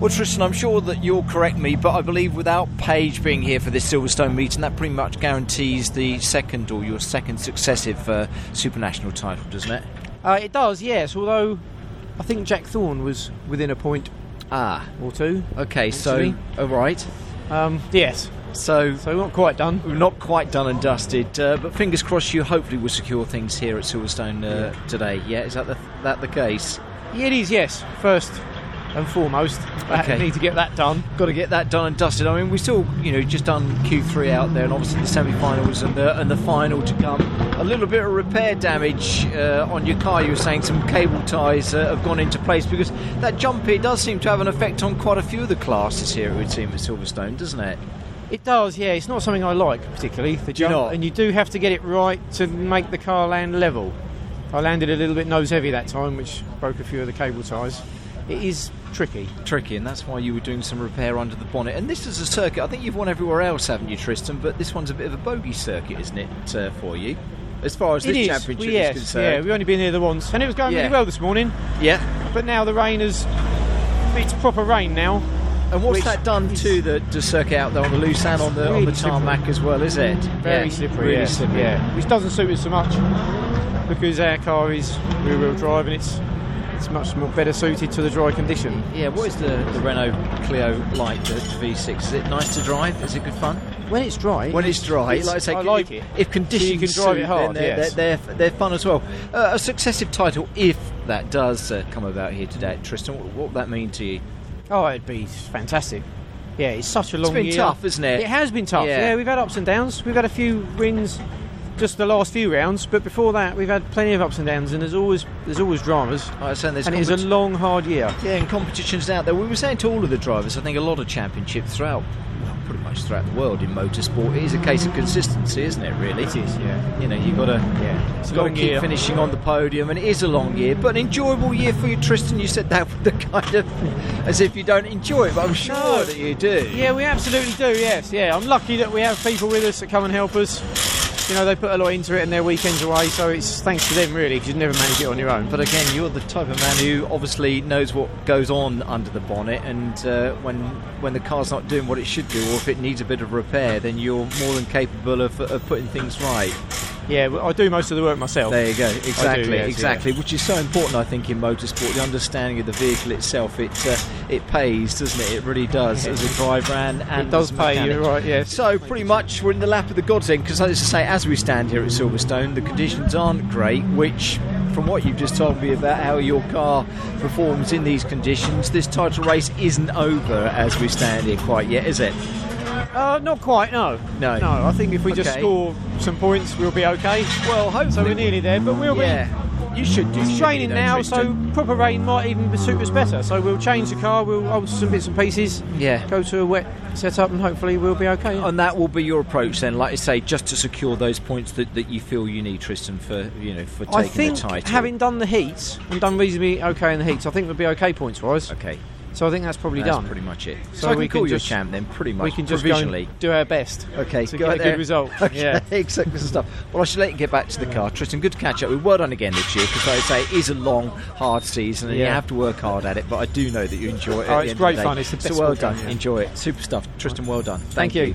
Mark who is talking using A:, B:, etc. A: Well, Tristan, I'm sure that you'll correct me, but I believe without Page being here for this Silverstone meeting, that pretty much guarantees the second or your second successive uh, Supernational title, doesn't it?
B: Uh, it does, yes. Although I think Jack Thorne was within a point
A: Ah,
B: or two.
A: okay, so
B: Actually.
A: all right,
B: Um, yes.
A: so.
B: So not quite done.
A: We're not quite done and dusted, uh, but fingers crossed you hopefully will secure things here at Silverstone uh, today. Yeah, is that the, that the case?
B: It is, yes. First and foremost, I
A: Okay.
B: need to get that done.
A: Got to get that done and dusted. I mean, we still, you know, just done Q3 out there, and obviously the semi-finals and the and the final to come. A little bit of repair damage uh, on your car. You were saying some cable ties uh, have gone into place because that jump here does seem to have an effect on quite a few of the classes here. It would seem at Silverstone, doesn't it?
B: It does, yeah. It's not something I like particularly. The
A: you
B: jump,
A: not?
B: and you do have to get it right to make the car land level. I landed a little bit nose heavy that time, which broke a few of the cable ties. It is tricky.
A: Tricky, and that's why you were doing some repair under the bonnet. And this is a circuit. I think you've won everywhere else, haven't you, Tristan? But this one's a bit of a bogey circuit, isn't it, uh, for you? As far as this
B: it is.
A: championship
B: well, yes,
A: is
B: yeah.
A: concerned,
B: We've only been here the once, and it was going
A: Yeah.
B: really well this morning.
A: yeah.
B: But now the rain has. It's proper rain now.
A: And what's
B: Which
A: that done to the, the circuit out there on the loose and on the on the
B: really
A: tarmac as well? Is it
B: Very
A: Yeah,
B: slippery.
A: Really
B: yeah.
A: slippery.
B: Yeah. Which doesn't suit us so much because our car is rear wheel drive and it's it's much more better suited to the dry condition.
A: Yeah, What is the, the Renault Clio like? The V6 is it nice to drive? Is it good fun
B: When it's dry.
A: when it's dry?
B: it's-
A: like I, say,
B: I like
A: if,
B: it.
A: If conditions
B: can drive it
A: suit,
B: hard,
A: then they're,
B: yes.
A: they're, they're, they're fun as well. Uh, a successive title, if that does uh, come about here today, Tristan. What, what would that mean to you?
B: Oh, it'd be fantastic. Yeah, it's such a long
A: been
B: year.
A: tough, isn't it?
B: It has been tough.
A: Yeah.
B: Yeah. we've had ups and downs. We've had a few wins just the last few rounds, but before that, we've had plenty of ups and downs, and there's always there's always dramas.
A: Like I was saying, there's
B: and it is a
A: competi-
B: long, hard year.
A: Yeah, and competitions out there. We were saying to all of the drivers, I think a lot of championships throughout, well, pretty much throughout the world in motorsport, it is a case of consistency, isn't it, really? It is,
B: yeah.
A: You know, you've got to,
B: Yeah, it's a
A: got to
B: long
A: keep
B: year.
A: finishing on the podium, and it is a long year, but an enjoyable year for you, Tristan. You said that with the kind of, as if you don't enjoy it, but I'm sure
B: No.
A: that you do.
B: Yeah, we absolutely do. Yes, yeah. I'm lucky that we have people with us that come and help us. You know, they put a lot into it, and their weekends away, so it's thanks to them really, 'cause you'd never manage it on your own.
A: But again, you're the type of man who obviously knows what goes on under the bonnet, and uh, when when the car's not doing what it should do, or if it needs a bit of repair, then you're more than capable of, of putting things right.
B: Yeah, well, I do most of the work myself.
A: There you go. Exactly,
B: yes,
A: exactly. Which is so important, I think, in motorsport. The understanding of the vehicle itself, it uh, it pays, doesn't it? It really does, as a driver and, and
B: It does
A: as a
B: pay
A: mechanic.
B: you, right? Yes.
A: So pretty much we're in the lap of the gods then, because as I say, as we stand here at Silverstone, the conditions aren't great. Which, from what you've just told me about how your car performs in these conditions, this title race isn't over as we stand here quite yet, is it?
B: Uh, not quite, no.
A: No.
B: No, I think if we just
A: Okay.
B: score some points, we'll be okay.
A: Well, hopefully
B: So we're nearly there, but we'll be.
A: Yeah, you should do.
B: It's raining now, so proper rain might even suit us better. So we'll change the car, we'll alter some bits and pieces,
A: yeah.
B: go to a wet setup, and hopefully we'll be okay.
A: And that will be your approach then, like I say, just to secure those points that, that you feel you need, Tristan, for you know for taking
B: I think
A: the title.
B: having done the heats and done reasonably okay in the heats, I think we'll be okay points wise.
A: okay,
B: So I think that's probably
A: that's
B: done.
A: pretty much it. So,
B: So
A: I can
B: we can
A: call you a
B: just-
A: champ then, pretty much.
B: we can just go
A: provisionally.
B: and do our best.
A: Okay,
B: to
A: go
B: get
A: out
B: a
A: there.
B: good result.
A: Okay,
B: Yeah.
A: exactly good stuff. Well, I should let you get back to the car, Tristan. Good to catch up. with you. Well done again this year, because like I say it is a long, hard season, and you
B: Yeah.
A: have to work hard at it. But I do know that you enjoy it.
B: Oh,
A: at the
B: it's
A: end of
B: great
A: the day.
B: fun. It's the
A: so
B: best
A: well
B: we've done,
A: done.
B: yeah.
A: Enjoy it. Super stuff, Tristan. Well done.
B: Thank you.